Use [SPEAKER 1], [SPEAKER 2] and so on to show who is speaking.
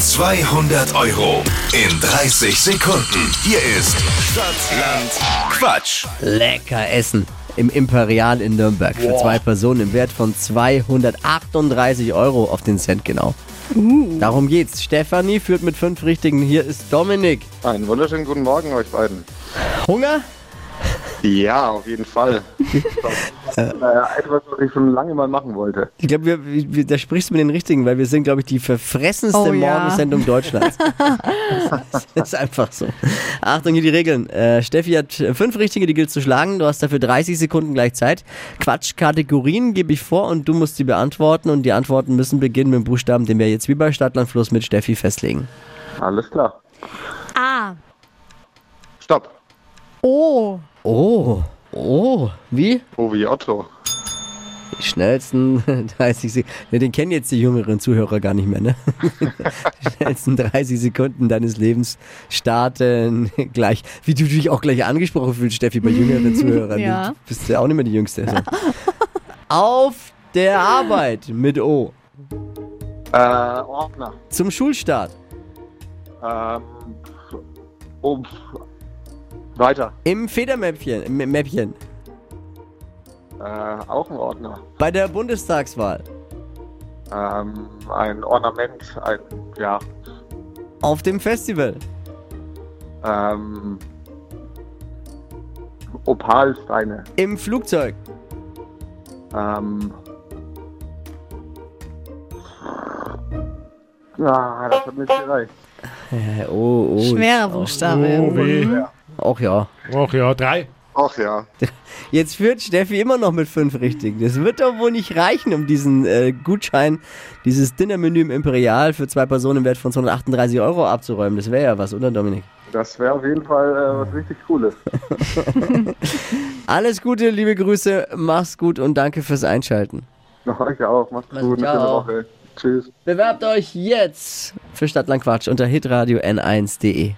[SPEAKER 1] 200 Euro in 30 Sekunden. Hier ist Stadtland Quatsch.
[SPEAKER 2] Lecker essen im Imperial in Nürnberg für zwei Personen im Wert von 238 Euro auf den Cent genau. Darum geht's. Stefanie führt mit fünf Richtigen. Hier ist Dominik.
[SPEAKER 3] Einen wunderschönen guten Morgen euch beiden.
[SPEAKER 2] Hunger?
[SPEAKER 3] Ja, auf jeden Fall. Das ist, äh, etwas, was ich schon lange mal machen wollte.
[SPEAKER 2] Ich glaube, wir, wir, da sprichst du mit den Richtigen, weil wir sind, glaube ich, die verfressenste
[SPEAKER 4] Oh ja.
[SPEAKER 2] Morgensendung Deutschlands. das ist einfach so. Achtung, hier die Regeln. Äh, Steffi hat fünf Richtige, die gilt zu schlagen. Du hast dafür 30 Sekunden gleich Zeit. Quatschkategorien gebe ich vor und du musst die beantworten. Und die Antworten müssen beginnen mit dem Buchstaben, den wir jetzt wie bei Stadtlandfluss mit Steffi festlegen.
[SPEAKER 3] Alles klar.
[SPEAKER 4] A.
[SPEAKER 3] Stopp.
[SPEAKER 4] O.
[SPEAKER 2] Oh, oh, wie?
[SPEAKER 3] Oh, wie Otto.
[SPEAKER 2] Die schnellsten 30 Sekunden. Ne, den kennen jetzt die jüngeren Zuhörer gar nicht mehr, ne? Die schnellsten 30 Sekunden deines Lebens starten gleich. Wie du dich auch gleich angesprochen fühlst, Steffi, bei jüngeren Zuhörern.
[SPEAKER 4] Ja.
[SPEAKER 2] Du bist ja auch nicht mehr die Jüngste. So. Auf der Arbeit mit O.
[SPEAKER 3] Äh, Ordner.
[SPEAKER 2] Zum Schulstart.
[SPEAKER 3] Ähm, oh, pf. weiter.
[SPEAKER 2] Im Federmäppchen. Im Mäppchen.
[SPEAKER 3] Äh, auch ein Ordner.
[SPEAKER 2] Bei der Bundestagswahl.
[SPEAKER 3] Ähm, ein Ornament. Ein, ja.
[SPEAKER 2] Auf dem Festival.
[SPEAKER 3] Ähm, Opalsteine.
[SPEAKER 2] Im Flugzeug.
[SPEAKER 3] Ähm, ah, das hat mir nicht gereicht.
[SPEAKER 2] Äh, Oh, oh.
[SPEAKER 4] Schwerer Buchstabe.
[SPEAKER 5] Oh, weh.
[SPEAKER 2] Auch ja.
[SPEAKER 5] Och ja, drei.
[SPEAKER 3] Ach ja.
[SPEAKER 2] Jetzt führt Steffi immer noch mit fünf richtigen. Das wird doch wohl nicht reichen, um diesen äh, Gutschein, dieses Dinnermenü im Imperial für zwei Personen im Wert von 238 Euro abzuräumen. Das wäre ja was, oder Dominik?
[SPEAKER 3] Das wäre auf jeden Fall äh, was richtig Cooles.
[SPEAKER 2] Alles Gute, liebe Grüße, mach's gut und danke fürs Einschalten.
[SPEAKER 3] Noch euch auch. Macht's
[SPEAKER 2] Mach's
[SPEAKER 3] gut.
[SPEAKER 2] gut,
[SPEAKER 3] Eine schöne
[SPEAKER 2] ciao.
[SPEAKER 3] Woche. Tschüss.
[SPEAKER 2] Bewerbt euch jetzt für Stadtlandquatsch unter hitradio n1.de.